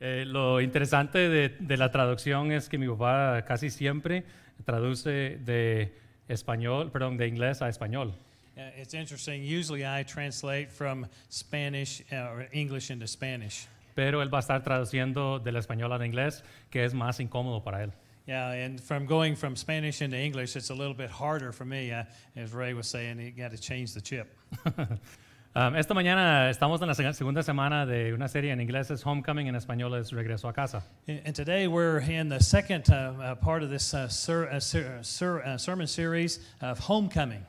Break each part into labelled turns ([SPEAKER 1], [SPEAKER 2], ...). [SPEAKER 1] Eh, lo interesante de, de la traducción es que mi papá casi siempre traduce de español, perdón, de inglés a español.
[SPEAKER 2] Uh, it's interesting. Usually I translate from Spanish uh, or English into Spanish.
[SPEAKER 1] pero él va a estar traduciendo del español al inglés, que es más incómodo para él.
[SPEAKER 2] Yeah, and from going from Spanish into English, it's a little bit harder for me. I, as Ray was saying, you got to change the chip.
[SPEAKER 1] Um, esta mañana estamos en la seg- segunda semana de una serie en inglés, es Homecoming, en español es Regreso a casa.
[SPEAKER 2] And, and today we're in the second uh, uh, part of this uh, ser, uh, ser, ser, uh, sermon series of homecoming.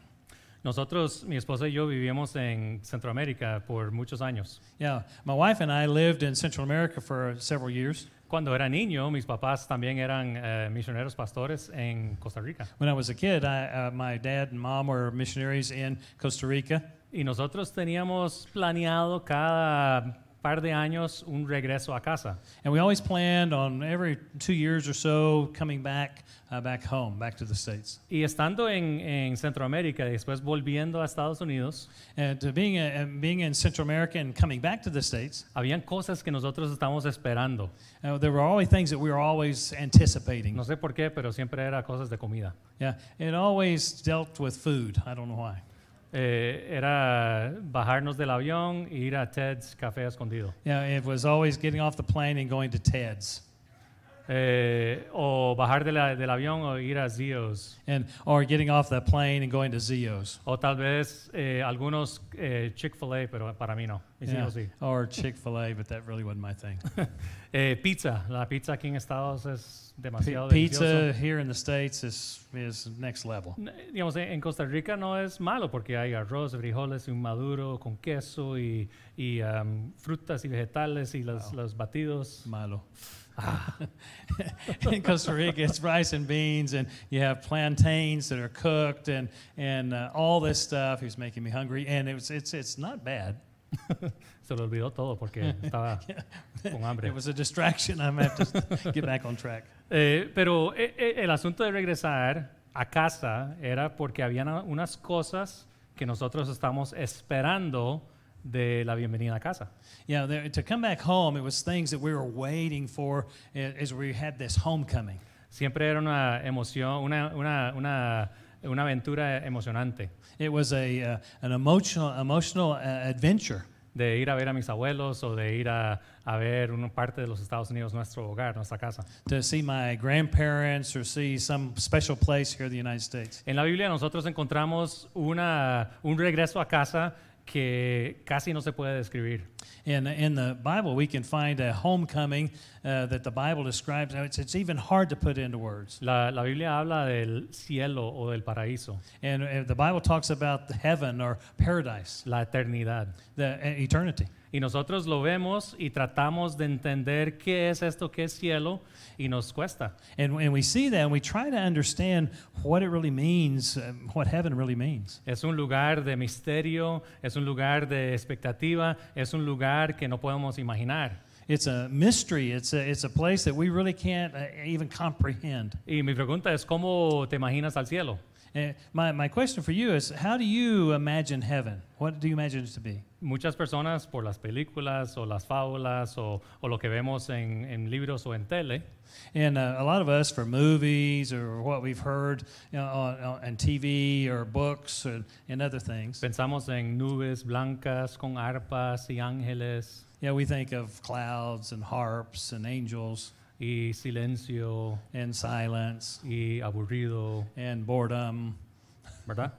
[SPEAKER 1] Nosotros, mi esposa y yo vivimos en Centroamérica por muchos años.
[SPEAKER 2] Yeah, my wife and I lived in Central America for several years.
[SPEAKER 1] Cuando era niño, mis papás también eran eh, misioneros pastores en Costa Rica.
[SPEAKER 2] When I was a kid, I, uh, my dad and mom were missionaries in Costa Rica.
[SPEAKER 1] Y nosotros teníamos planeado cada par de años un regreso a casa.
[SPEAKER 2] And we always planned on every two years or so coming back, uh, back home, back to the States.
[SPEAKER 1] Y estando en, en Centroamérica y después volviendo a Estados Unidos,
[SPEAKER 2] And uh, being, a, and being in Central America and coming back to the States,
[SPEAKER 1] Habían cosas que nosotros estábamos esperando.
[SPEAKER 2] uh, there were always things that we were always anticipating.
[SPEAKER 1] No sé por qué, pero siempre era cosas de comida.
[SPEAKER 2] Yeah, it always dealt with food. I don't know why.
[SPEAKER 1] Eh, era bajarnos del avión e ir a Ted's Café Escondido.
[SPEAKER 2] Yeah, it was always getting off the plane and going to Ted's,
[SPEAKER 1] Eh, o bajar de la- del avión o ir a Zio's.
[SPEAKER 2] and or getting off the plane and going to Zio's,
[SPEAKER 1] O tal vez eh, algunos eh, Chick-fil-A, pero para mí no. Mis
[SPEAKER 2] Yeah,
[SPEAKER 1] hijos sí.
[SPEAKER 2] or Chick Fil A, but that really wasn't my thing.
[SPEAKER 1] Eh, pizza. La pizza aquí en Estados es demasiado
[SPEAKER 2] Pizza
[SPEAKER 1] deliciosa.
[SPEAKER 2] here in the States is is next level.
[SPEAKER 1] N- Digamos, en en Costa Rica no es malo porque hay arroz, frijoles, un maduro con queso y, y, um, frutas y vegetales y los, los batidos.
[SPEAKER 2] Milo. in Costa Rica, it's rice and beans, and you have plantains that are cooked, and and uh, all this stuff. He's making me hungry, and it's it's it's not bad.
[SPEAKER 1] Se lo olvidó todo porque estaba con hambre.
[SPEAKER 2] It was a distraction. I'm gonna have to get back on track.
[SPEAKER 1] Eh, pero eh, eh, el asunto de regresar a casa era porque habían a- unas cosas que nosotros estamos esperando de la bienvenida a casa.
[SPEAKER 2] Yeah, there, to come back home, it was things that we were waiting for a- as we had this homecoming.
[SPEAKER 1] Siempre era una emoción, una, una, una, una aventura emocionante
[SPEAKER 2] It was a uh, an emotional emotional uh, adventure.
[SPEAKER 1] de ir a ver a mis abuelos o de ir a, a ver una parte de los Estados Unidos, nuestro hogar, nuestra casa.
[SPEAKER 2] to see my grandparents or see some special place here in the United States.
[SPEAKER 1] En la Biblia nosotros encontramos una, un regreso a casa que casi no se puede describir.
[SPEAKER 2] In, in the Bible, we can find a homecoming uh, that the Bible describes. Now, It's, it's even hard to put into words.
[SPEAKER 1] La, la Biblia habla del cielo o del paraíso,
[SPEAKER 2] And uh, the Bible talks about the heaven or paradise,
[SPEAKER 1] la eternidad.
[SPEAKER 2] the uh, eternity.
[SPEAKER 1] Y nosotros lo vemos y tratamos de entender qué es esto que es cielo y nos cuesta.
[SPEAKER 2] And, and we see that and we try to understand what it really means, um, what heaven really means.
[SPEAKER 1] Es un lugar de misterio, es un lugar de expectativa, es un lugar que no podemos imaginar.
[SPEAKER 2] It's a mystery, it's a, it's a place that we really can't uh, even comprehend.
[SPEAKER 1] Y mi pregunta es, ¿cómo te imaginas al cielo?
[SPEAKER 2] And my, my question for you is how do you imagine heaven? What do you imagine it to be?
[SPEAKER 1] Muchas personas por las películas o las fábulas o, o lo que vemos en, en libros o en tele,
[SPEAKER 2] And uh, a lot of us, for movies or what we've heard you know, on, on, on TV or books and, and other things,
[SPEAKER 1] pensamos en nubes blancas con arpas y ángeles.
[SPEAKER 2] yeah, we think of clouds and harps and angels
[SPEAKER 1] y silencio
[SPEAKER 2] and silence
[SPEAKER 1] y aburrido,
[SPEAKER 2] and boredom.
[SPEAKER 1] ¿verdad?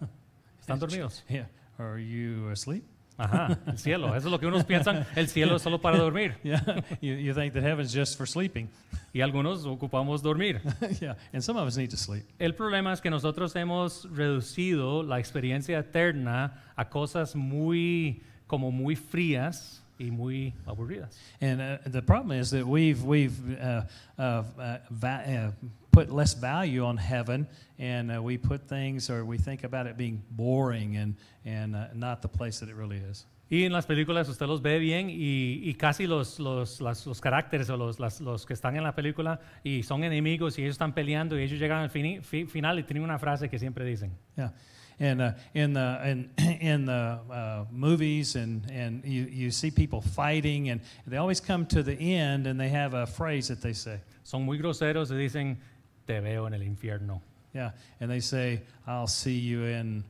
[SPEAKER 1] Están dormidos.
[SPEAKER 2] Yeah. Are you asleep?
[SPEAKER 1] Ajá, el cielo. Eso es lo que unos piensan. El cielo es solo para dormir.
[SPEAKER 2] Yeah. you, you think that heaven's just for sleeping.
[SPEAKER 1] Y algunos ocupamos dormir.
[SPEAKER 2] yeah. And some of us need to sleep.
[SPEAKER 1] El problema es que nosotros hemos reducido la experiencia eterna a cosas muy, como muy frías y muy aburridas.
[SPEAKER 2] And uh, the problem is that we've, we've uh, uh, uh, va- uh, put less value on heaven, and uh, we put things or we think about it being boring and, and uh, not the place that it really is.
[SPEAKER 1] Y en las películas usted los ve bien y, y casi los, los, las- los caracteres o los, las- los que están en la película y son enemigos y ellos están peleando y ellos llegan al fini- fi- final y tienen una frase que siempre dicen.
[SPEAKER 2] Yeah. And uh, in the in, in the uh, movies and, and you, you see people fighting and they always come to the end and they have a phrase that they say.
[SPEAKER 1] Son muy groseros y dicen, te veo en el infierno.
[SPEAKER 2] Yeah. And they say, I'll see you in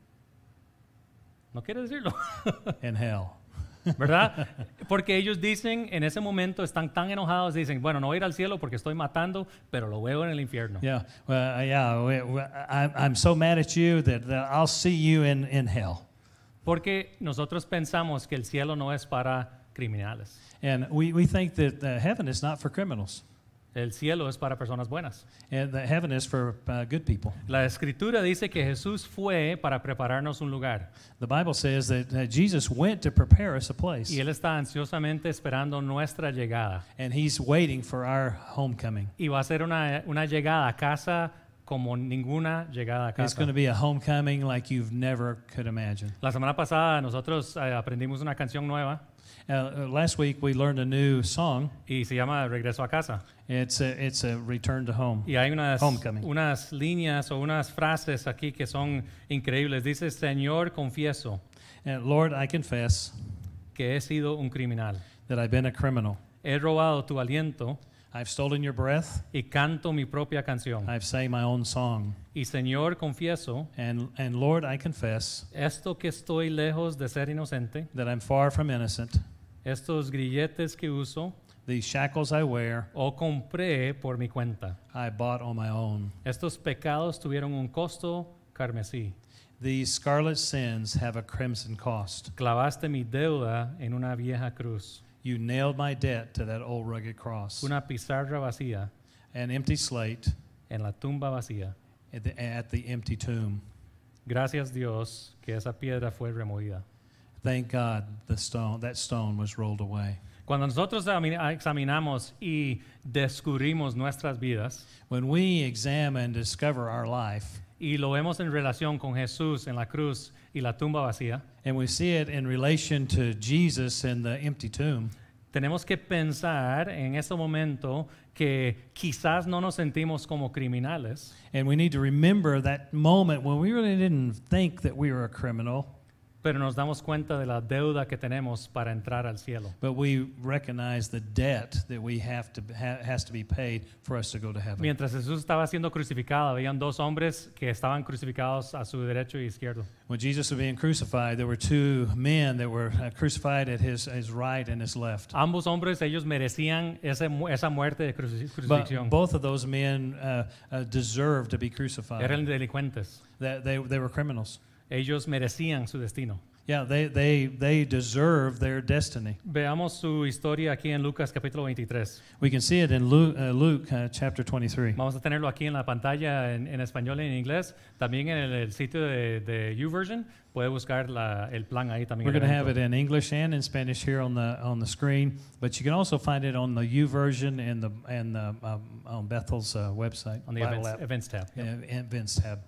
[SPEAKER 1] No quiere decirlo,
[SPEAKER 2] in hell.
[SPEAKER 1] ¿verdad? Porque ellos dicen, en ese momento están tan enojados, dicen, bueno, no voy a ir al cielo porque estoy matando, pero lo veo en el infierno.
[SPEAKER 2] Yeah. Well, uh, yeah. we- we- I, I'm so mad at you that, that I'll see you in, in hell.
[SPEAKER 1] Porque nosotros pensamos que el cielo no es para criminales.
[SPEAKER 2] And we, we think that uh, heaven is not for criminals,
[SPEAKER 1] El cielo es para personas buenas.
[SPEAKER 2] and that heaven is for uh, good people.
[SPEAKER 1] La escritura dice que Jesús fue para prepararnos un lugar
[SPEAKER 2] The Bible says that uh, Jesus went to prepare us a place,
[SPEAKER 1] y Él está ansiosamente esperando nuestra llegada.
[SPEAKER 2] and He's waiting for our homecoming.
[SPEAKER 1] Y va a ser una, una llegada a casa como ninguna llegada a
[SPEAKER 2] It's going
[SPEAKER 1] casa.
[SPEAKER 2] to be a homecoming like you've never could imagine.
[SPEAKER 1] La semana pasada nosotros eh, aprendimos una canción nueva
[SPEAKER 2] Uh, Uh, last week we learned a new song.
[SPEAKER 1] y se llama Regreso a casa.
[SPEAKER 2] It's a, it's a return to home.
[SPEAKER 1] Y hay unas,
[SPEAKER 2] Homecoming.
[SPEAKER 1] unas líneas o unas frases aquí que son increíbles. Dice, Señor, confieso
[SPEAKER 2] And Uh, Lord, I confess
[SPEAKER 1] que he sido un criminal.
[SPEAKER 2] that I've been a criminal.
[SPEAKER 1] He robado tu aliento
[SPEAKER 2] I've stolen your breath.
[SPEAKER 1] y canto mi propia canción.
[SPEAKER 2] I've sang my own song.
[SPEAKER 1] Y Señor, confieso
[SPEAKER 2] And, and Lord, I confess
[SPEAKER 1] esto que estoy lejos de ser inocente,
[SPEAKER 2] that I'm far from innocent.
[SPEAKER 1] estos grilletes que uso
[SPEAKER 2] These shackles I wear,
[SPEAKER 1] o compré por mi cuenta.
[SPEAKER 2] I bought on my own.
[SPEAKER 1] Estos pecados tuvieron un costo carmesí.
[SPEAKER 2] These scarlet sins have a crimson cost.
[SPEAKER 1] Clavaste mi deuda en una vieja cruz,
[SPEAKER 2] You nailed my debt to that old rugged cross,
[SPEAKER 1] una pizarra vacía
[SPEAKER 2] an empty slate
[SPEAKER 1] en la tumba vacía.
[SPEAKER 2] at the, at the empty tomb.
[SPEAKER 1] Gracias Dios que esa piedra fue removida.
[SPEAKER 2] Thank God the stone that stone was rolled away.
[SPEAKER 1] Cuando nosotros ami- examinamos y descubrimos nuestras vidas
[SPEAKER 2] When we examine and discover our life,
[SPEAKER 1] y lo vemos en relación con Jesús en la cruz y la tumba vacía,
[SPEAKER 2] and we see it in relation to Jesus and the empty tomb,
[SPEAKER 1] Tenemos que pensar en ese momento que quizás no nos sentimos como criminales,
[SPEAKER 2] and we need to remember that moment when we really didn't think that we were a criminal,
[SPEAKER 1] pero nos damos cuenta de la deuda que tenemos para entrar al cielo.
[SPEAKER 2] but we recognize the debt that we have to ha, has to be paid for us to go to heaven.
[SPEAKER 1] Mientras Jesús estaba siendo crucificado, habían dos hombres que estaban crucificados a su derecho y izquierdo.
[SPEAKER 2] When Jesus was being crucified, there were two men that were uh, crucified at his, his right and his left.
[SPEAKER 1] Ambos hombres, ellos merecían ese mu- esa muerte de cruci-
[SPEAKER 2] But
[SPEAKER 1] crucifixión.
[SPEAKER 2] both of those men uh, uh, deserved to be crucified.
[SPEAKER 1] Eran delincuentes.
[SPEAKER 2] That they, they were criminals.
[SPEAKER 1] Ellos merecían su destino.
[SPEAKER 2] Yeah, they, they, they deserve their destiny.
[SPEAKER 1] Veamos su historia aquí en Lucas capítulo 23.
[SPEAKER 2] We can see it in Luke, uh, Luke uh, chapter 23.
[SPEAKER 1] Vamos a tenerlo aquí en la pantalla en, en español y en inglés. También en el, el sitio de, de YouVersion puede buscar la- el plan ahí también.
[SPEAKER 2] We're going to have it
[SPEAKER 1] adentro.
[SPEAKER 2] in English and in Spanish here on the on the screen, but you can also find it on the U version and the and the, um, on Bethel's uh, website
[SPEAKER 1] on the
[SPEAKER 2] Bible
[SPEAKER 1] events,
[SPEAKER 2] app,
[SPEAKER 1] events tab.
[SPEAKER 2] and events tab.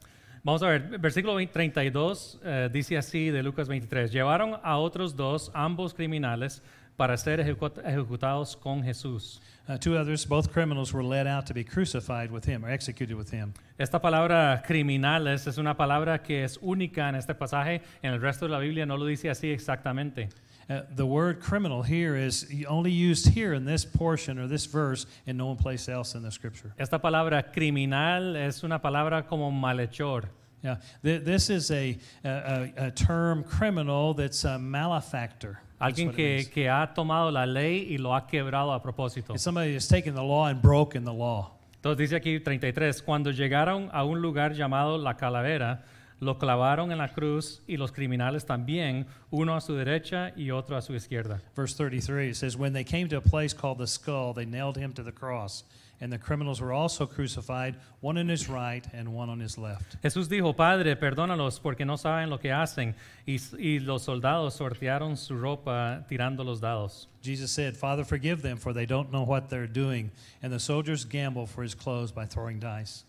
[SPEAKER 1] Vamos a ver, versículo 20 32 eh, dice así de Lucas 23. Llevaron a otros dos, ambos criminales, para ser ejecu- ejecutados con Jesús.
[SPEAKER 2] Uh, two others, both criminals, were led out to be crucified with him or executed with him.
[SPEAKER 1] Esta palabra criminales es una palabra que es única en este pasaje. En el resto de la Biblia no lo dice así exactamente.
[SPEAKER 2] Uh, the word criminal here is only used here in this portion or this verse and no one place else in the scripture.
[SPEAKER 1] Esta palabra criminal es una palabra como malhechor.
[SPEAKER 2] Yeah, th- this is a, a, a, a term criminal that's a malefactor. That's
[SPEAKER 1] Alguien
[SPEAKER 2] what it
[SPEAKER 1] que,
[SPEAKER 2] means.
[SPEAKER 1] que ha tomado la ley y lo ha quebrado a propósito.
[SPEAKER 2] It's somebody that's taken the law and broken the law.
[SPEAKER 1] Entonces dice aquí 33, cuando llegaron a un lugar llamado la calavera, lo clavaron en la cruz y los criminales también, uno a su derecha y otro a su izquierda.
[SPEAKER 2] Verse 33 it says, When they came to a place called the skull, they nailed him to the cross. And the criminals were also crucified, one on his right and one on his left.
[SPEAKER 1] Jesús dijo, Padre, perdónalos porque no saben lo que hacen. Y, s- y los soldados sortearon su ropa tirando los dados.
[SPEAKER 2] Jesus said, Father, forgive them, for they don't know what they're doing. And the soldiers gambled for his clothes by throwing dice.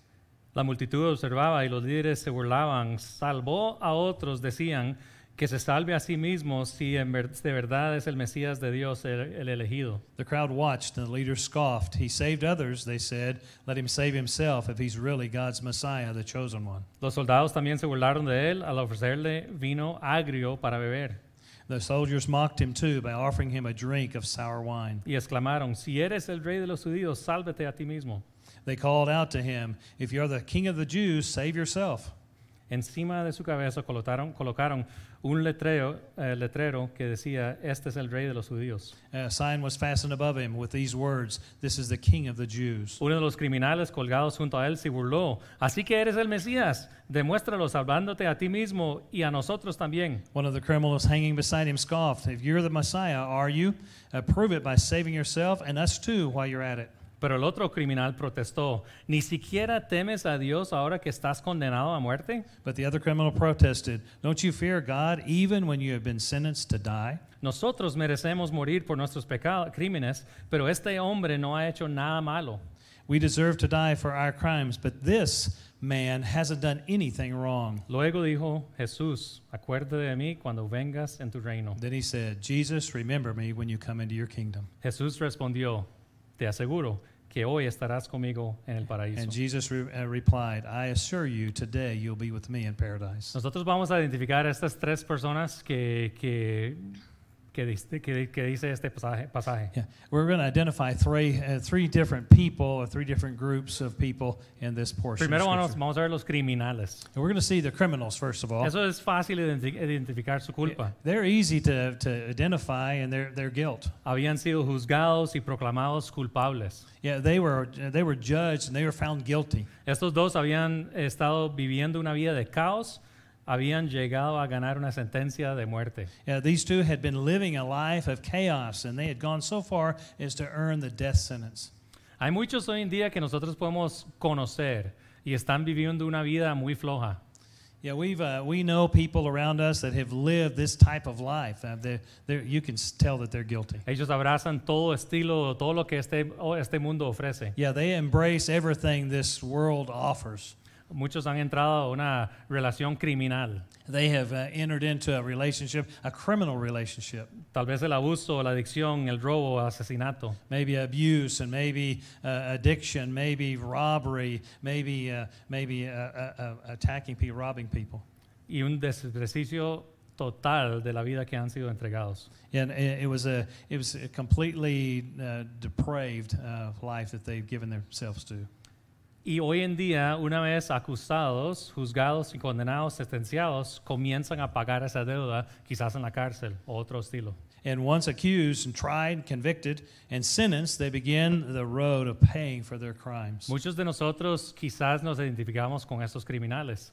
[SPEAKER 1] La multitud observaba y los líderes se burlaban. Salvó a otros, decían, que se salve a sí mismo si en ver- de verdad es el Mesías de Dios, el- el elegido.
[SPEAKER 2] The crowd watched and the leaders scoffed. He saved others, they said. Let him save himself if he's really God's Messiah, the chosen one.
[SPEAKER 1] Los soldados también se burlaron de él al ofrecerle vino agrio para beber
[SPEAKER 2] The soldiers mocked him too by offering him a drink of sour wine.
[SPEAKER 1] y exclamaron, si eres el rey de los judíos, sálvete a ti mismo.
[SPEAKER 2] They called out to him, If you're the king of the Jews, save yourself.
[SPEAKER 1] Encima de su cabeza colocaron, colocaron un letrero, eh, letrero que decía, este es el rey de los judíos.
[SPEAKER 2] A sign was fastened above him with these words This is the king of the Jews.
[SPEAKER 1] Uno de los criminales colgados junto a él se burló, así que eres el Mesías, demuéstralo salvándote a ti mismo y a nosotros también.
[SPEAKER 2] One of the criminals hanging beside him scoffed, If you're the Messiah, are you? Uh, prove it by saving yourself and us too while you're at it.
[SPEAKER 1] Pero el otro criminal protestó, ¿ni siquiera temes a Dios ahora que estás condenado a muerte?
[SPEAKER 2] But the other criminal protested, Don't you fear God even when you have been sentenced to die?
[SPEAKER 1] Nosotros merecemos morir por nuestros pecados, crímenes, pero este hombre no ha hecho nada malo.
[SPEAKER 2] We deserve to die for our crimes, but this man hasn't done anything wrong.
[SPEAKER 1] Luego dijo Jesús, acuérdate de mí cuando vengas en tu reino.
[SPEAKER 2] Then he said, Jesus, remember me when you come into your kingdom.
[SPEAKER 1] Jesús respondió, te aseguro que hoy estarás conmigo en el
[SPEAKER 2] And
[SPEAKER 1] paraíso.
[SPEAKER 2] Jesus re- uh, replied, I assure you, today you'll be with me in paradise.
[SPEAKER 1] Nosotros vamos a identificar a estas tres personas que, que, que, diste- que- que dice este pasaje. pasaje.
[SPEAKER 2] Yeah. We're going to identify three, uh, three different people or three different groups of people in this portion. of
[SPEAKER 1] Primero vamos,
[SPEAKER 2] Scripture. Oh.
[SPEAKER 1] vamos a ver los criminales.
[SPEAKER 2] And we're going to see the criminals, first of all.
[SPEAKER 1] Eso es fácil identi- identificar su culpa.
[SPEAKER 2] They're easy to, to identify and their, their guilt.
[SPEAKER 1] Habían sido juzgados y proclamados culpables.
[SPEAKER 2] Yeah, they were, uh, they were judged and they were found guilty.
[SPEAKER 1] Estos dos habían estado viviendo una vida de caos, habían llegado a ganar una sentencia de muerte.
[SPEAKER 2] Yeah, these two had been living a life of chaos and they had gone so far as to earn the death sentence.
[SPEAKER 1] Hay muchos hoy en día que nosotros podemos conocer y están viviendo una vida muy floja.
[SPEAKER 2] Yeah, we've, uh, we know people around us that have lived this type of life. Uh, they they're, you can s- tell that they're guilty.
[SPEAKER 1] Ellos abrazan todo estilo, todo lo que este, o este mundo ofrece.
[SPEAKER 2] Yeah, they embrace everything this world offers.
[SPEAKER 1] Muchos han entrado a una relación criminal,
[SPEAKER 2] They have uh, entered into a relationship, a criminal relationship,
[SPEAKER 1] tal vez el abuso, la adicción, el robo, el asesinato.
[SPEAKER 2] maybe abuse and maybe uh, addiction, maybe robbery, maybe, uh, maybe uh, uh, uh, attacking people, robbing people.
[SPEAKER 1] y un desprecio total de la vida que han sido entregados.
[SPEAKER 2] And uh, it it was a it was a completely uh, depraved uh, life that they've given themselves to.
[SPEAKER 1] Y hoy en día, una vez acusados, juzgados y condenados, sentenciados, comienzan a pagar esa deuda, quizás en la cárcel o otro estilo.
[SPEAKER 2] And once accused and tried, convicted, and sentenced, they begin the road of paying for their crimes.
[SPEAKER 1] Muchos de nosotros quizás nos identificamos con estos criminales.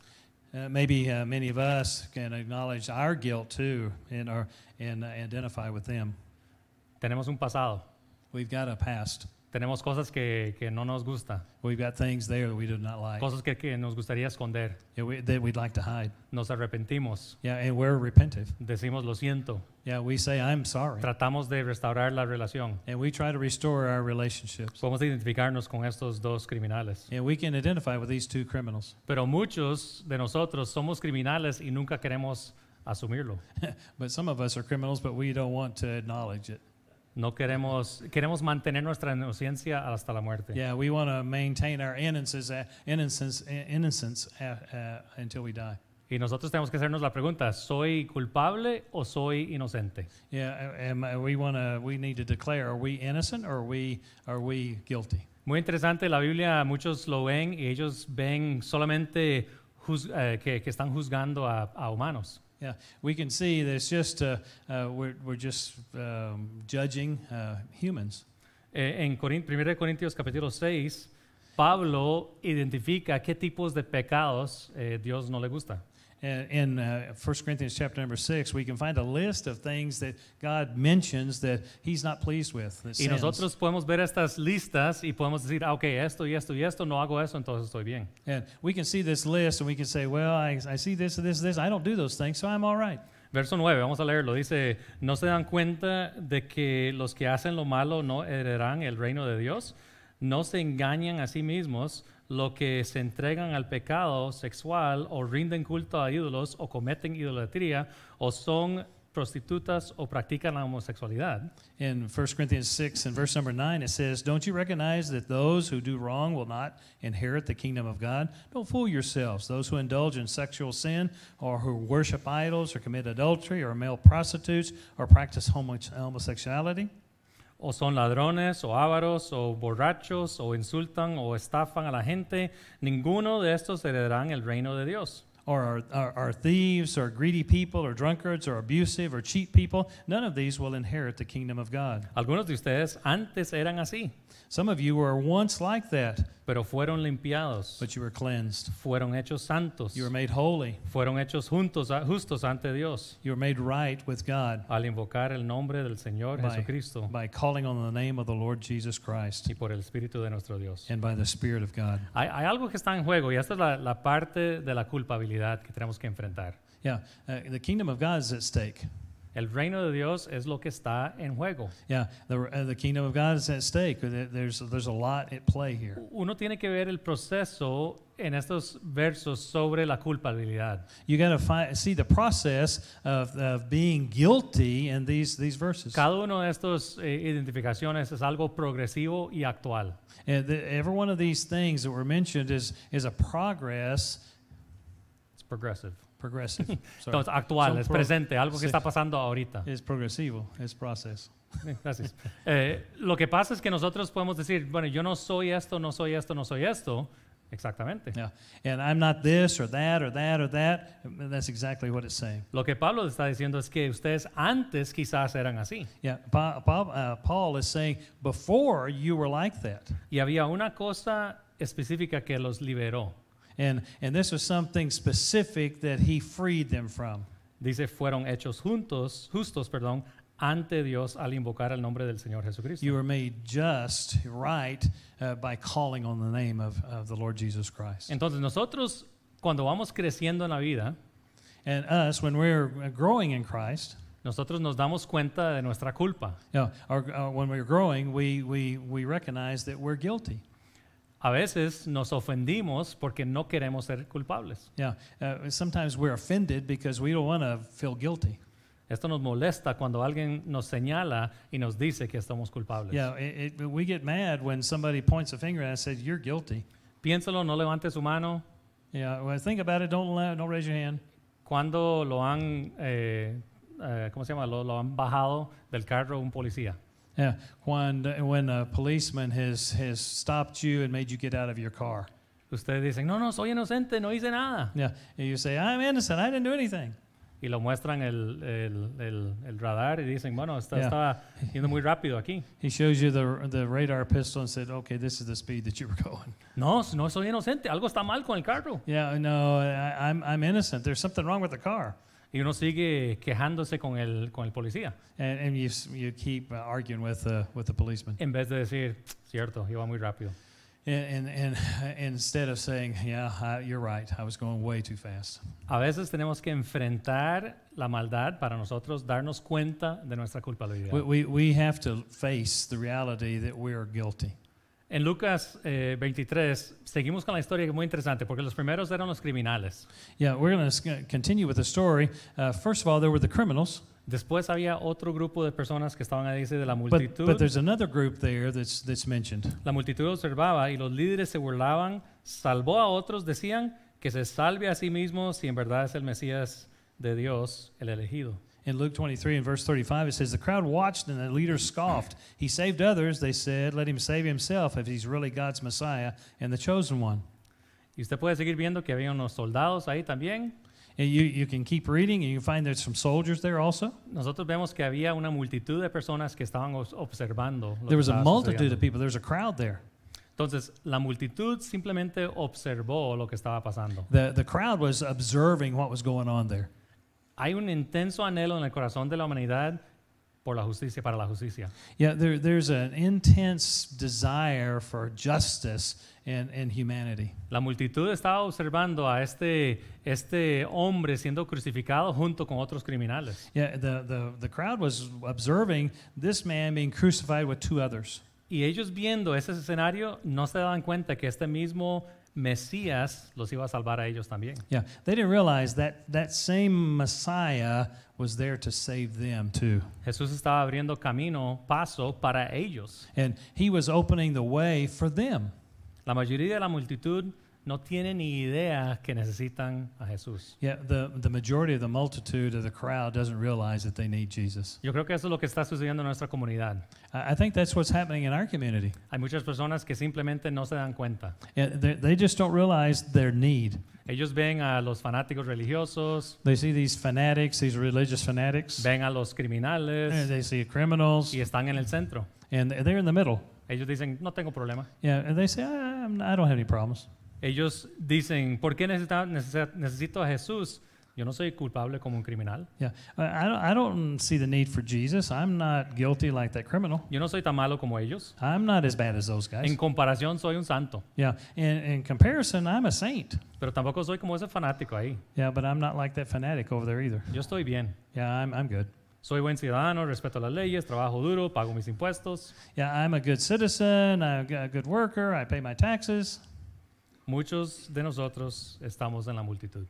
[SPEAKER 2] Uh, maybe uh, many of us can acknowledge our guilt too, and are and identify with them.
[SPEAKER 1] Tenemos un pasado,
[SPEAKER 2] We've got a past.
[SPEAKER 1] tenemos cosas que, que no nos gusta,
[SPEAKER 2] We've got things there that we do not like
[SPEAKER 1] cosas que, que nos gustaría esconder.
[SPEAKER 2] yeah, we, that we'd like to hide.
[SPEAKER 1] Nos arrepentimos,
[SPEAKER 2] Yeah, and we're repentive.
[SPEAKER 1] decimos lo siento,
[SPEAKER 2] Yeah, we say I'm sorry,
[SPEAKER 1] tratamos de restaurar la relación.
[SPEAKER 2] and we try to restore our relationships.
[SPEAKER 1] Podemos identificarnos con estos dos criminales.
[SPEAKER 2] And we can identify with these two criminals.
[SPEAKER 1] Pero muchos de nosotros somos criminales y nunca queremos asumirlo.
[SPEAKER 2] But some of us are criminals, but we don't want to acknowledge it.
[SPEAKER 1] No queremos, queremos mantener nuestra inocencia hasta la muerte.
[SPEAKER 2] Yeah, we want to maintain our innocence, uh, innocence, uh, innocence uh, uh, until we die.
[SPEAKER 1] Y nosotros tenemos que hacernos la pregunta, ¿soy culpable o soy inocente?
[SPEAKER 2] Yeah, uh, am I- we want to. We need to declare: Are we innocent or are we are we guilty?
[SPEAKER 1] Muy interesante, la Biblia muchos lo ven y ellos ven solamente juz- eh, que, que están juzgando a, a humanos.
[SPEAKER 2] Yeah, we can see that it's just uh, uh, we're we're just um, judging uh, humans.
[SPEAKER 1] Eh, en Corin- 1 Corintios capítulo 6, Pablo identifica qué tipos de pecados eh, Dios no le gusta.
[SPEAKER 2] And in uh, 1 Corinthians chapter number six, we can find a list of things that God mentions that He's not pleased with. that
[SPEAKER 1] Y
[SPEAKER 2] sins.
[SPEAKER 1] nosotros podemos ver estas listas y podemos decir, ah, ok, esto y esto y esto, no hago eso, entonces estoy bien.
[SPEAKER 2] And we can see this list and we can say, well, I, I see this, this, this. I don't do those things, so I'm all right.
[SPEAKER 1] Verso 9, vamos a leerlo. Dice, ¿no se dan cuenta de que los que hacen lo malo no heredarán el reino de Dios? No se engañan a sí mismos, los que se entregan al pecado sexual o rinden culto a ídolos o cometen idolatría o son prostitutas o practican la homosexualidad.
[SPEAKER 2] In 1 Corinthians 6 and verse number 9, it says, Don't you recognize that those who do wrong will not inherit the kingdom of God? Don't fool yourselves. Those who indulge in sexual sin, or who worship idols, or commit adultery, or male prostitutes, or practice homo- homosexuality,
[SPEAKER 1] O son ladrones, o ávaros, o borrachos, o insultan, o estafan a la gente. Ninguno de estos heredarán el reino de Dios.
[SPEAKER 2] or are, are, are thieves, or greedy people, or drunkards, or abusive, or cheat people, none of these will inherit the kingdom of God.
[SPEAKER 1] Algunos de ustedes antes eran así,
[SPEAKER 2] Some of you were once like that,
[SPEAKER 1] pero fueron limpiados,
[SPEAKER 2] but you were cleansed.
[SPEAKER 1] fueron hechos santos,
[SPEAKER 2] You were made holy.
[SPEAKER 1] fueron hechos juntos, a- justos ante Dios
[SPEAKER 2] You were made right with God.
[SPEAKER 1] al invocar el nombre del Señor
[SPEAKER 2] By-
[SPEAKER 1] Jesucristo
[SPEAKER 2] by calling on the name of the Lord Jesus Christ
[SPEAKER 1] y por el Espíritu de nuestro Dios.
[SPEAKER 2] and by the Spirit of God.
[SPEAKER 1] Hay, hay algo que está en juego y esta es la, la parte de la culpabilidad que tenemos que enfrentar.
[SPEAKER 2] Yeah, uh, the kingdom of God is at stake.
[SPEAKER 1] El reino de Dios es lo que está en juego.
[SPEAKER 2] Yeah, the, uh, the kingdom of God is at stake. There- There's, there's a lot at play here.
[SPEAKER 1] Uno tiene que ver el proceso en estos versos sobre la culpabilidad.
[SPEAKER 2] You got to fi- see the process of, of being guilty in these, these verses.
[SPEAKER 1] Cada uno de estos eh, identificaciones es algo progresivo y actual.
[SPEAKER 2] And the, every one of these things that were mentioned is, is a progress,
[SPEAKER 1] It's progressive.
[SPEAKER 2] progressive. Sorry.
[SPEAKER 1] Entonces, actual,
[SPEAKER 2] Son
[SPEAKER 1] es
[SPEAKER 2] pro-
[SPEAKER 1] presente, algo que
[SPEAKER 2] sí.
[SPEAKER 1] está pasando ahorita.
[SPEAKER 2] It's progressivo, it's process.
[SPEAKER 1] Eh, Gracias. Eh, lo que pasa es que nosotros podemos decir, bueno, yo no soy esto, no soy esto, no soy esto. Exactamente.
[SPEAKER 2] Yeah. And I'm not this or that or that or that. That's exactly what it's saying.
[SPEAKER 1] Lo que Pablo está diciendo es que ustedes antes quizás eran así.
[SPEAKER 2] Yeah, Pa- Pa- uh, Paul is saying before you were like that,
[SPEAKER 1] Y había una cosa específica que los liberó.
[SPEAKER 2] and and this was something specific that he freed them from.
[SPEAKER 1] Dice, fueron hechos juntos, justos, perdón, ante Dios al invocar el nombre del Señor Jesucristo.
[SPEAKER 2] You were made just right uh, by calling on the name of, of the Lord Jesus Christ.
[SPEAKER 1] Entonces nosotros cuando vamos creciendo en la vida,
[SPEAKER 2] And us, when we're uh, growing in Christ,
[SPEAKER 1] nosotros nos damos cuenta de nuestra culpa.
[SPEAKER 2] you know, or, uh, when we're growing, we, we we recognize that we're guilty.
[SPEAKER 1] A veces nos ofendimos porque no queremos ser culpables.
[SPEAKER 2] Yeah, uh, sometimes we're offended because we don't want to feel guilty.
[SPEAKER 1] Esto nos molesta cuando alguien nos señala y nos dice que estamos culpables.
[SPEAKER 2] Yeah, it, it, we get mad when somebody points a finger at us and says, "You're guilty."
[SPEAKER 1] Piénsalo, no levante su mano.
[SPEAKER 2] Yeah, well, think about it. Don't la- don't raise your hand.
[SPEAKER 1] ¿Cuándo lo han, eh, eh, cómo se llama? Lo, lo han bajado del carro un policía.
[SPEAKER 2] Yeah, when when a policeman has has stopped you and made you get out of your car.
[SPEAKER 1] Ustedes dicen, no, no, soy inocente, no hice nada.
[SPEAKER 2] Yeah, and you say, "I'm innocent. I didn't do anything."
[SPEAKER 1] Y lo muestran el, el- el- el radar y dicen, bueno, esta-
[SPEAKER 2] Yeah.
[SPEAKER 1] estaba yendo muy rápido aquí.
[SPEAKER 2] He shows you the the radar pistol and said, "Okay, this is the speed that you were going."
[SPEAKER 1] No, no soy inocente, algo está mal con el carro.
[SPEAKER 2] Yeah, no, I, I'm I'm innocent. There's something wrong with the car,
[SPEAKER 1] Y uno sigue quejándose con el, con el policía,
[SPEAKER 2] and and you s- you keep uh, arguing with uh, with the policeman,
[SPEAKER 1] en vez de decir, cierto, iba muy rápido.
[SPEAKER 2] and and, and instead of saying, "Yeah, I, you're right. I was going way too fast."
[SPEAKER 1] A veces tenemos que enfrentar la maldad para nosotros darnos cuenta de nuestra culpabilidad.
[SPEAKER 2] We, we we have to face the reality that we are guilty.
[SPEAKER 1] En Lucas eh, 23 seguimos con la historia que es muy interesante porque los primeros eran los criminales.
[SPEAKER 2] Yeah, we're going to continue with the story. Uh, first of all, there were the criminals,
[SPEAKER 1] Después había otro grupo de personas que estaban ahí dice, de la
[SPEAKER 2] but,
[SPEAKER 1] multitud.
[SPEAKER 2] but there's another group there that's that's mentioned.
[SPEAKER 1] la multitud observaba y los líderes se burlaban, salvó a otros, decían que se salve a sí mismo si en verdad es el Mesías de Dios, el elegido.
[SPEAKER 2] In Luke 23 and verse 35, it says, The crowd watched and the leaders scoffed. He saved others, they said. Let him save himself if he's really God's Messiah and the chosen one.
[SPEAKER 1] Y usted puede seguir viendo que había unos soldados ahí también.
[SPEAKER 2] And you, you can keep reading and you can find there's some soldiers there also.
[SPEAKER 1] Nosotros vemos que había una multitud de personas que estaban os- observando. lo que
[SPEAKER 2] There was a
[SPEAKER 1] estaba
[SPEAKER 2] multitude
[SPEAKER 1] sucediendo.
[SPEAKER 2] of people, there's a crowd there.
[SPEAKER 1] Entonces, la multitud simplemente observó lo que estaba pasando.
[SPEAKER 2] The, the crowd was observing what was going on there.
[SPEAKER 1] Hay un intenso anhelo en el corazón de la humanidad por la justicia, para la justicia.
[SPEAKER 2] Yeah, there, there's an intense desire for justice and, and humanity.
[SPEAKER 1] La multitud estaba observando a este, este hombre siendo crucificado junto con otros criminales.
[SPEAKER 2] Yeah, the, the, the crowd was observing this man being crucified with two others.
[SPEAKER 1] Y ellos viendo ese escenario no se daban cuenta que este mismo Mesías los iba a salvar a ellos también.
[SPEAKER 2] Yeah, they didn't realize that that same Messiah was there to save them too.
[SPEAKER 1] Jesús estaba abriendo camino, paso para ellos.
[SPEAKER 2] And he was opening the way for them.
[SPEAKER 1] La mayoría de la multitud no tiene ni idea que necesitan a Jesús.
[SPEAKER 2] Yeah, the, the majority of the multitude of the crowd doesn't realize that they need Jesus.
[SPEAKER 1] Yo creo que eso es lo que está sucediendo en nuestra comunidad.
[SPEAKER 2] I, I think that's what's happening in our community.
[SPEAKER 1] Hay muchas personas que simplemente no se dan cuenta.
[SPEAKER 2] Yeah, they, they just don't realize their need.
[SPEAKER 1] Ellos ven a los fanáticos religiosos,
[SPEAKER 2] They see these fanatics, these religious fanatics,
[SPEAKER 1] ven a los
[SPEAKER 2] and
[SPEAKER 1] criminales
[SPEAKER 2] they see criminals,
[SPEAKER 1] y están en el centro.
[SPEAKER 2] and they're in the middle.
[SPEAKER 1] Ellos dicen, no tengo problema.
[SPEAKER 2] Yeah, and they say, "Ah, I'm, I don't have any problems.
[SPEAKER 1] Ellos dicen, ¿por qué necesita- necesita- necesito a Jesús? Yo no soy culpable como un criminal.
[SPEAKER 2] Yeah, I, I don't, I don't see the need for Jesus. I'm not guilty like that criminal.
[SPEAKER 1] Yo no soy tan malo como ellos.
[SPEAKER 2] I'm not as bad as those guys.
[SPEAKER 1] En comparación soy un santo,
[SPEAKER 2] yeah, in, in comparison, I'm a saint.
[SPEAKER 1] pero tampoco soy como ese fanático ahí.
[SPEAKER 2] Yeah, but I'm not like that fanatic over there either.
[SPEAKER 1] Yo estoy bien.
[SPEAKER 2] Yeah, I'm, I'm good.
[SPEAKER 1] Soy buen ciudadano, respeto las leyes, trabajo duro, pago mis impuestos.
[SPEAKER 2] Yeah, I'm a good citizen. I'm a good worker. I pay my taxes.
[SPEAKER 1] Muchos de nosotros estamos en la multitud.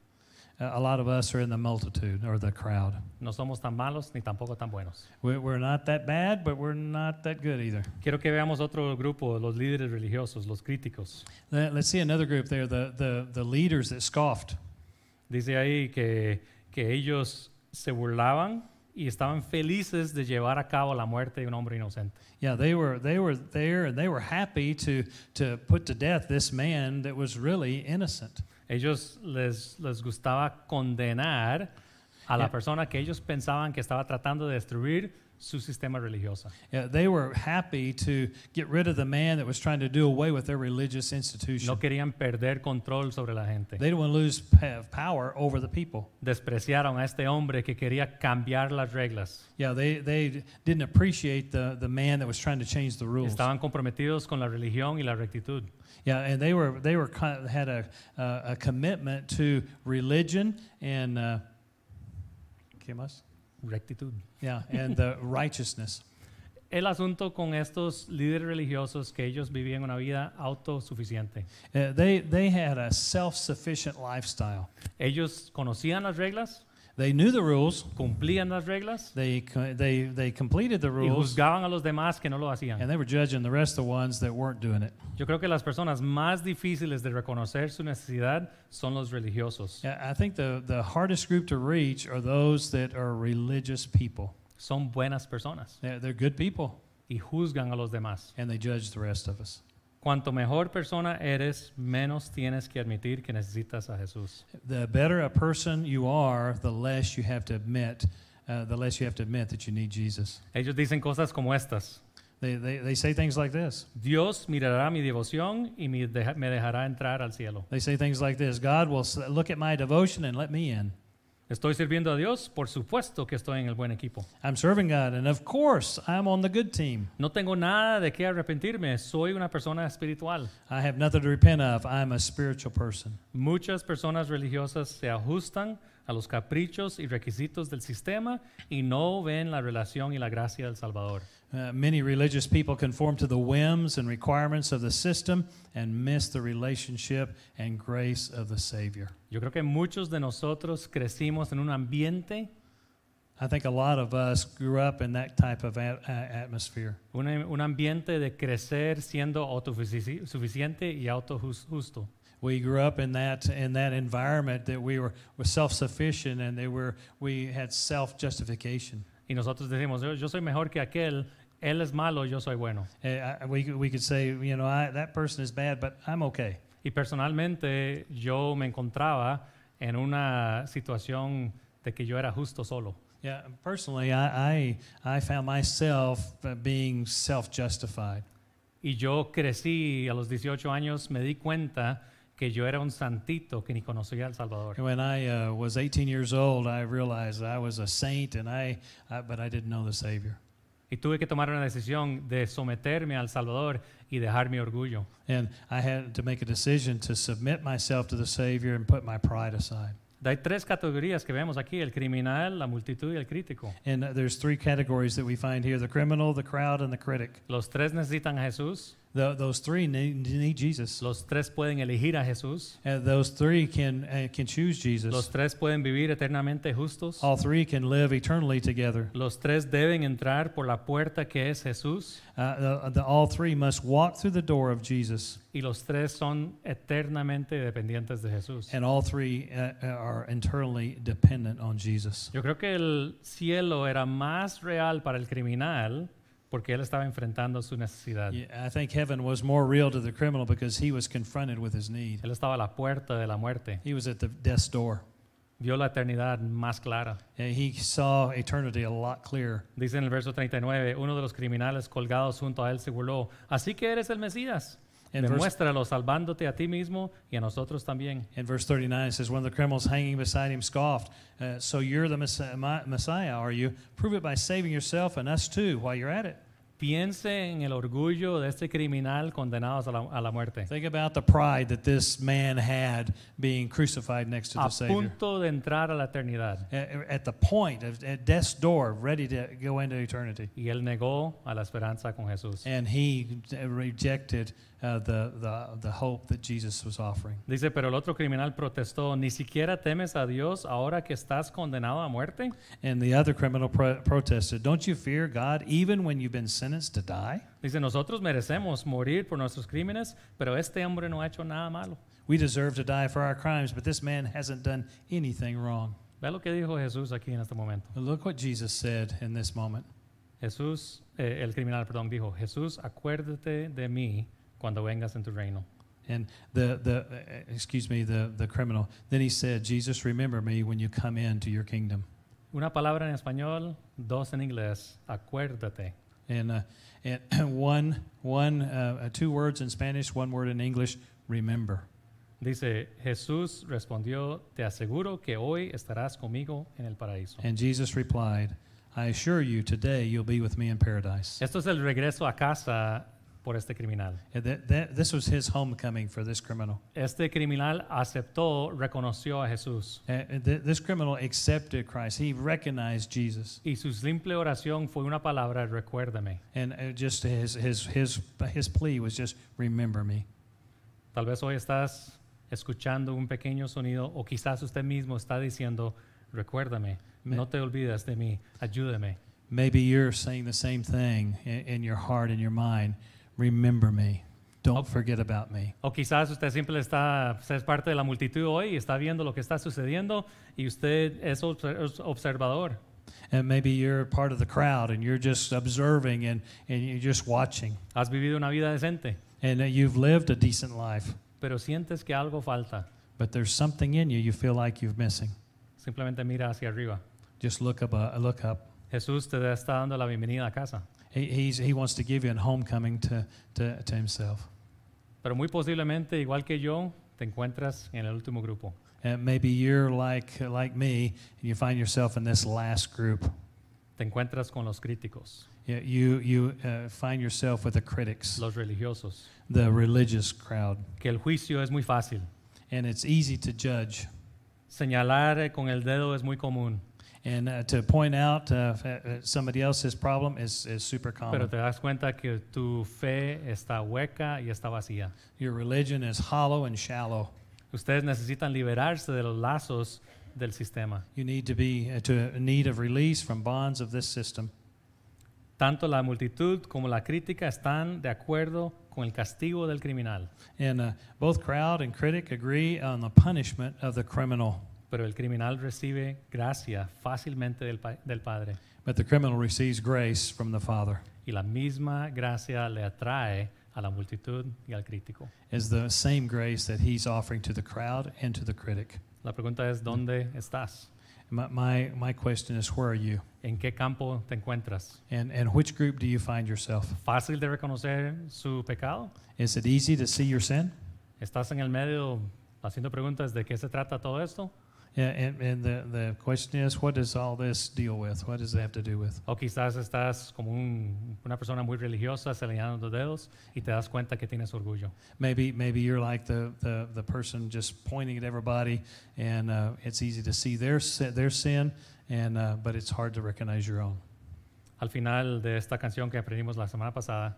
[SPEAKER 2] Uh, a lot of us are in the multitude or the crowd.
[SPEAKER 1] No somos tan malos ni tampoco tan buenos.
[SPEAKER 2] We- We're not that bad, but we're not that good either.
[SPEAKER 1] Quiero que veamos otro grupo, los líderes religiosos, los críticos.
[SPEAKER 2] Let- Let's see another group there the, the, the leaders that scoffed.
[SPEAKER 1] Dice ahí que, que ellos se burlaban y estaban felices de llevar a cabo la muerte de un hombre inocente.
[SPEAKER 2] Yeah, they were, they were there and they were happy to, to put to death this man that was really innocent.
[SPEAKER 1] Ellos les, les gustaba condenar a la
[SPEAKER 2] Yeah.
[SPEAKER 1] persona que ellos pensaban que estaba tratando de destruir su sistema religioso.
[SPEAKER 2] Yeah, they were happy to get rid of the man that was trying to do away with their religious institution.
[SPEAKER 1] No querían perder control sobre la gente.
[SPEAKER 2] They didn't want to lose pa- power over the people.
[SPEAKER 1] Despreciaron a este hombre que quería cambiar las reglas.
[SPEAKER 2] Yeah, they, they didn't appreciate the, the man that was trying to change the rules.
[SPEAKER 1] Estaban comprometidos con la religión y la rectitud.
[SPEAKER 2] Yeah, and they were they were kind of had a uh, a commitment to religion and uh, ¿qué más?
[SPEAKER 1] Rectitud.
[SPEAKER 2] Yeah, and the righteousness.
[SPEAKER 1] El asunto con estos líderes religiosos que ellos vivían una vida autosuficiente.
[SPEAKER 2] Uh, they they had a self-sufficient lifestyle.
[SPEAKER 1] Ellos conocían las reglas,
[SPEAKER 2] They knew the rules.
[SPEAKER 1] cumplían las reglas
[SPEAKER 2] They co- they they completed the
[SPEAKER 1] y
[SPEAKER 2] rules,
[SPEAKER 1] juzgaban a los demás que no lo hacían.
[SPEAKER 2] and they were judging the rest of the ones that weren't doing it.
[SPEAKER 1] Yo creo que las personas más difíciles de reconocer su necesidad son los religiosos.
[SPEAKER 2] Yeah, I think the the hardest group to reach are those that are religious people.
[SPEAKER 1] Son buenas personas
[SPEAKER 2] They're, they're good people,
[SPEAKER 1] y juzgan a los demás.
[SPEAKER 2] and they judge the rest of us.
[SPEAKER 1] Cuanto mejor persona eres, menos tienes que admitir que necesitas a Jesús.
[SPEAKER 2] The better a person you are, the less you have to admit, uh, the less you have to admit that you need Jesus.
[SPEAKER 1] Ellos dicen cosas como estas.
[SPEAKER 2] They, they, they say things like this.
[SPEAKER 1] Dios mirará mi devoción y me deja- me dejará entrar al cielo.
[SPEAKER 2] They say things like this. God will s- look at my devotion and let me in.
[SPEAKER 1] Estoy sirviendo a Dios, por supuesto que estoy en el buen equipo.
[SPEAKER 2] I'm serving God, and of course, I'm on the good team.
[SPEAKER 1] No tengo nada de qué arrepentirme, soy una persona espiritual.
[SPEAKER 2] I have nothing to repent of. I'm a spiritual person.
[SPEAKER 1] Muchas personas religiosas se ajustan a los caprichos y requisitos del sistema y no ven la relación y la gracia del Salvador.
[SPEAKER 2] Uh, many religious people conform to the whims and requirements of the system and miss the relationship and grace of the Savior.
[SPEAKER 1] Yo creo que muchos de nosotros crecimos en un ambiente,
[SPEAKER 2] I think a lot of us grew up in that type of at- uh, atmosphere.
[SPEAKER 1] un, un ambiente de crecer siendo autosuficiente y autojusto.
[SPEAKER 2] We grew up in that in that environment that we were, were self sufficient and they were we had self justification.
[SPEAKER 1] Y nosotros decimos, yo, yo soy mejor que aquel, él es malo, yo soy bueno.
[SPEAKER 2] Uh, We could- we could say you know I, that person is bad, but I'm okay.
[SPEAKER 1] Y personalmente yo me encontraba en una situación de que yo era justo solo.
[SPEAKER 2] Yeah, personally, I I, I found myself uh, being self justified.
[SPEAKER 1] Y yo crecí a los 18 años, me di cuenta que yo era un santito que ni conocía al Salvador.
[SPEAKER 2] When I uh, was 18 years old, I realized I was a saint, and I, I but I didn't know the Savior.
[SPEAKER 1] Y tuve que tomar una decisión de someterme al Salvador y dejar mi orgullo.
[SPEAKER 2] And I had to make a decision to submit myself to the Savior and put my pride aside.
[SPEAKER 1] Hay tres categorías que vemos aquí, el criminal, la multitud y el crítico.
[SPEAKER 2] And uh, there's three categories that we find here the criminal, the crowd, and the critic.
[SPEAKER 1] Los tres necesitan a Jesús,
[SPEAKER 2] Tho- those three need, need Jesus.
[SPEAKER 1] los tres pueden elegir a Jesús,
[SPEAKER 2] Uh, those three can, uh, can choose
[SPEAKER 1] los
[SPEAKER 2] Jesus.
[SPEAKER 1] tres pueden vivir eternamente justos,
[SPEAKER 2] All three can live eternally together.
[SPEAKER 1] los tres deben entrar por la puerta que es Jesús
[SPEAKER 2] Uh, the, the, all three must walk through the door of Jesus,
[SPEAKER 1] y los tres son eternamente dependientes de Jesús.
[SPEAKER 2] and all three uh, are internally dependent on Jesus.
[SPEAKER 1] Yo creo que el cielo era más real para el criminal porque él estaba enfrentando su necesidad.
[SPEAKER 2] Yeah, I think heaven was more real to the criminal because he was confronted with his need.
[SPEAKER 1] Él estaba a la puerta de la muerte.
[SPEAKER 2] He was at the death's door.
[SPEAKER 1] Vio la eternidad más clara.
[SPEAKER 2] And he saw eternity a lot clearer.
[SPEAKER 1] Dice en el verso 39, uno de los criminales colgados junto a él se burló. Así que eres el Mesías.
[SPEAKER 2] In verse,
[SPEAKER 1] Demuéstralo salvándote a ti mismo y a nosotros también.
[SPEAKER 2] in verse 39, it says, One of the criminals hanging beside him scoffed, uh, So you're the Messiah, Messiah, are you? Prove it by saving yourself and us too while you're at it.
[SPEAKER 1] Piense en el orgullo de este criminal condenado a la, a la muerte.
[SPEAKER 2] Think about the pride that this man had being crucified next to
[SPEAKER 1] A
[SPEAKER 2] the Savior.
[SPEAKER 1] punto de entrar a la eternidad.
[SPEAKER 2] At, at the point, of, at death's door, ready to go into eternity.
[SPEAKER 1] Y él negó a la esperanza con Jesús.
[SPEAKER 2] And he rejected uh, the, the, the hope that Jesus was offering.
[SPEAKER 1] Dice, pero el otro criminal protestó, ¿ni siquiera temes a Dios ahora que estás condenado a muerte?
[SPEAKER 2] And the other criminal pro- protested, Don't you fear God even when you've been sentenced to die?
[SPEAKER 1] Dice, nosotros merecemos morir por nuestros crímenes, pero este hombre no ha hecho nada malo.
[SPEAKER 2] We deserve to die for our crimes, but this man hasn't done anything wrong.
[SPEAKER 1] Ve lo que dijo Jesús aquí en este momento.
[SPEAKER 2] But look what Jesus said in this moment.
[SPEAKER 1] Jesús, eh, el criminal, perdón, dijo, Jesús, acuérdate de mí cuando vengas en tu reino.
[SPEAKER 2] And the, the uh, excuse me, the, the criminal. Then he said, Jesus, remember me when you come into your kingdom.
[SPEAKER 1] Una palabra en español, dos en inglés, acuérdate.
[SPEAKER 2] And, uh, and one, one, uh, uh, two words in Spanish, one word in English, remember.
[SPEAKER 1] Dice, Jesús respondió, te aseguro que hoy estarás conmigo en el paraíso.
[SPEAKER 2] And Jesus replied, I assure you, today you'll be with me in paradise.
[SPEAKER 1] Esto es el regreso a casa por este criminal.
[SPEAKER 2] And that, that, this was his homecoming for this criminal.
[SPEAKER 1] Este criminal aceptó, reconoció a Jesús.
[SPEAKER 2] Uh, th- this criminal accepted Christ. He recognized Jesus.
[SPEAKER 1] Y su simple oración fue una palabra, recuérdame.
[SPEAKER 2] And uh, just his, his, his, his plea was just, remember me.
[SPEAKER 1] Tal vez hoy estás escuchando un pequeño sonido o quizás usted mismo está diciendo, recuérdame,
[SPEAKER 2] Me-
[SPEAKER 1] no te olvides de mí, ayúdame.
[SPEAKER 2] Maybe you're saying the same thing in, in your heart and your mind. Remember me. Don't forget about me.
[SPEAKER 1] O quizás usted siempre está, es parte de la multitud hoy y está viendo lo que está sucediendo y usted es obser- es observador.
[SPEAKER 2] And maybe you're part of the crowd and you're just observing and, and you're just watching.
[SPEAKER 1] Has vivido una vida decente,
[SPEAKER 2] And that you've lived a decent life,
[SPEAKER 1] pero sientes que algo falta.
[SPEAKER 2] but there's something in you you feel like you're missing.
[SPEAKER 1] Simplemente mira hacia arriba.
[SPEAKER 2] Just look up. uh, look up.
[SPEAKER 1] Jesús te está dando la bienvenida a casa.
[SPEAKER 2] He, he's, he wants to give you a homecoming to, to, to himself.
[SPEAKER 1] Pero muy posiblemente, igual que yo, te encuentras en el último grupo.
[SPEAKER 2] And maybe you're like, like me and you find yourself in this last group.
[SPEAKER 1] Te encuentras con los críticos,
[SPEAKER 2] You, you, you uh, find yourself with the critics,
[SPEAKER 1] los religiosos,
[SPEAKER 2] the religious crowd.
[SPEAKER 1] que el juicio es muy fácil.
[SPEAKER 2] And it's easy to judge
[SPEAKER 1] Señalar eh, con el dedo es muy común,
[SPEAKER 2] and uh, to point out uh, f- uh, somebody else's problem is, is super
[SPEAKER 1] pero
[SPEAKER 2] common.
[SPEAKER 1] te das cuenta que tu fe está hueca y está vacía.
[SPEAKER 2] Your religion is hollow and shallow.
[SPEAKER 1] Ustedes necesitan liberarse de los lazos del sistema.
[SPEAKER 2] You need to be uh, to need of release from bonds of this system.
[SPEAKER 1] Tanto la multitud como la crítica están de acuerdo con el castigo del criminal,
[SPEAKER 2] And uh, both crowd and critic agree on the punishment of the criminal,
[SPEAKER 1] pero el criminal recibe gracia fácilmente del, pa- del Padre.
[SPEAKER 2] but the criminal receives grace from the Father.
[SPEAKER 1] Y la misma gracia le atrae a la multitud y al crítico.
[SPEAKER 2] Is the same grace that he's offering to the crowd and to the critic.
[SPEAKER 1] La pregunta es, ¿dónde estás?
[SPEAKER 2] My, my, my question is, where are you?
[SPEAKER 1] ¿En qué campo te encuentras?
[SPEAKER 2] And, and which group do you find yourself?
[SPEAKER 1] ¿Fácil de reconocer su pecado?
[SPEAKER 2] Is it easy to see your sin?
[SPEAKER 1] ¿Estás en el medio haciendo preguntas de qué se trata todo esto?
[SPEAKER 2] Yeah, and, and the, the question is, what does all this deal with? What does it have to do with?
[SPEAKER 1] O quizás estás como un- una persona muy religiosa, señalando dedos y te das cuenta que tienes orgullo.
[SPEAKER 2] Maybe maybe you're like the, the, the person just pointing at everybody, and uh, it's easy to see their sin, their sin, and uh, but it's hard to recognize your own.
[SPEAKER 1] Al final de esta canción que aprendimos la semana pasada,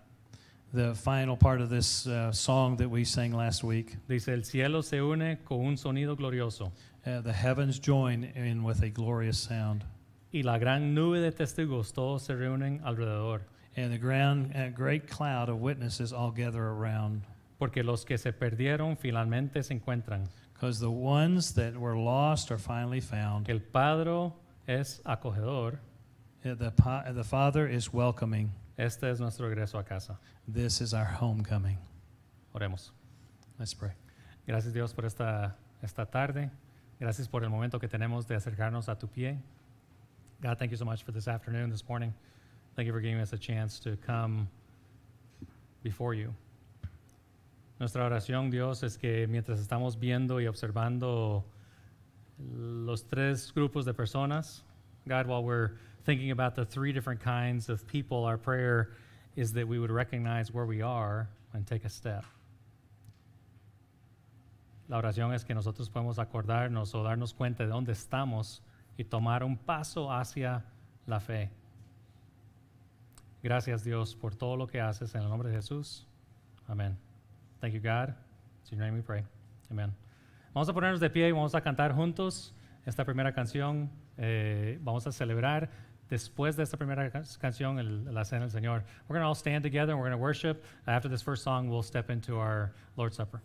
[SPEAKER 2] The final part of this uh, song that we sang last week,
[SPEAKER 1] dice, el cielo se une con un sonido glorioso
[SPEAKER 2] uh, the heavens join in with a glorious sound,
[SPEAKER 1] y la gran nube de testigos todos se reúnen alrededor,
[SPEAKER 2] and the ground a great cloud of witnesses all gather around,
[SPEAKER 1] porque los que se perdieron finalmente se encuentran.
[SPEAKER 2] because the ones that were lost are finally found.
[SPEAKER 1] El Padre es acogedor,
[SPEAKER 2] Uh, The pa- the Father is welcoming.
[SPEAKER 1] este es nuestro regreso a casa.
[SPEAKER 2] This is our homecoming.
[SPEAKER 1] Oremos.
[SPEAKER 2] Let's pray.
[SPEAKER 1] Gracias Dios por esta, esta tarde. Gracias por el momento que tenemos de acercarnos a tu pie. God, thank you so much for this afternoon, this morning. Thank you for giving us a chance to come before you. Nuestra oración, Dios, es que mientras estamos viendo y observando los tres grupos de personas, God, while we're thinking about the three different kinds of people, our prayer is that we would recognize where we are and take a step. La oración es que nosotros podemos acordarnos o darnos cuenta de dónde estamos y tomar un paso hacia la fe. Gracias Dios por todo lo que haces en el nombre de Jesús. Amén. Thank you God. It's in your name we pray. Amén. Vamos a ponernos de pie y vamos a cantar juntos esta primera canción. Eh, vamos a celebrar después de esta primera ca- canción el- la cena del Señor. We're going to all stand together and we're going to worship. After this first song, we'll step into our Lord's Supper.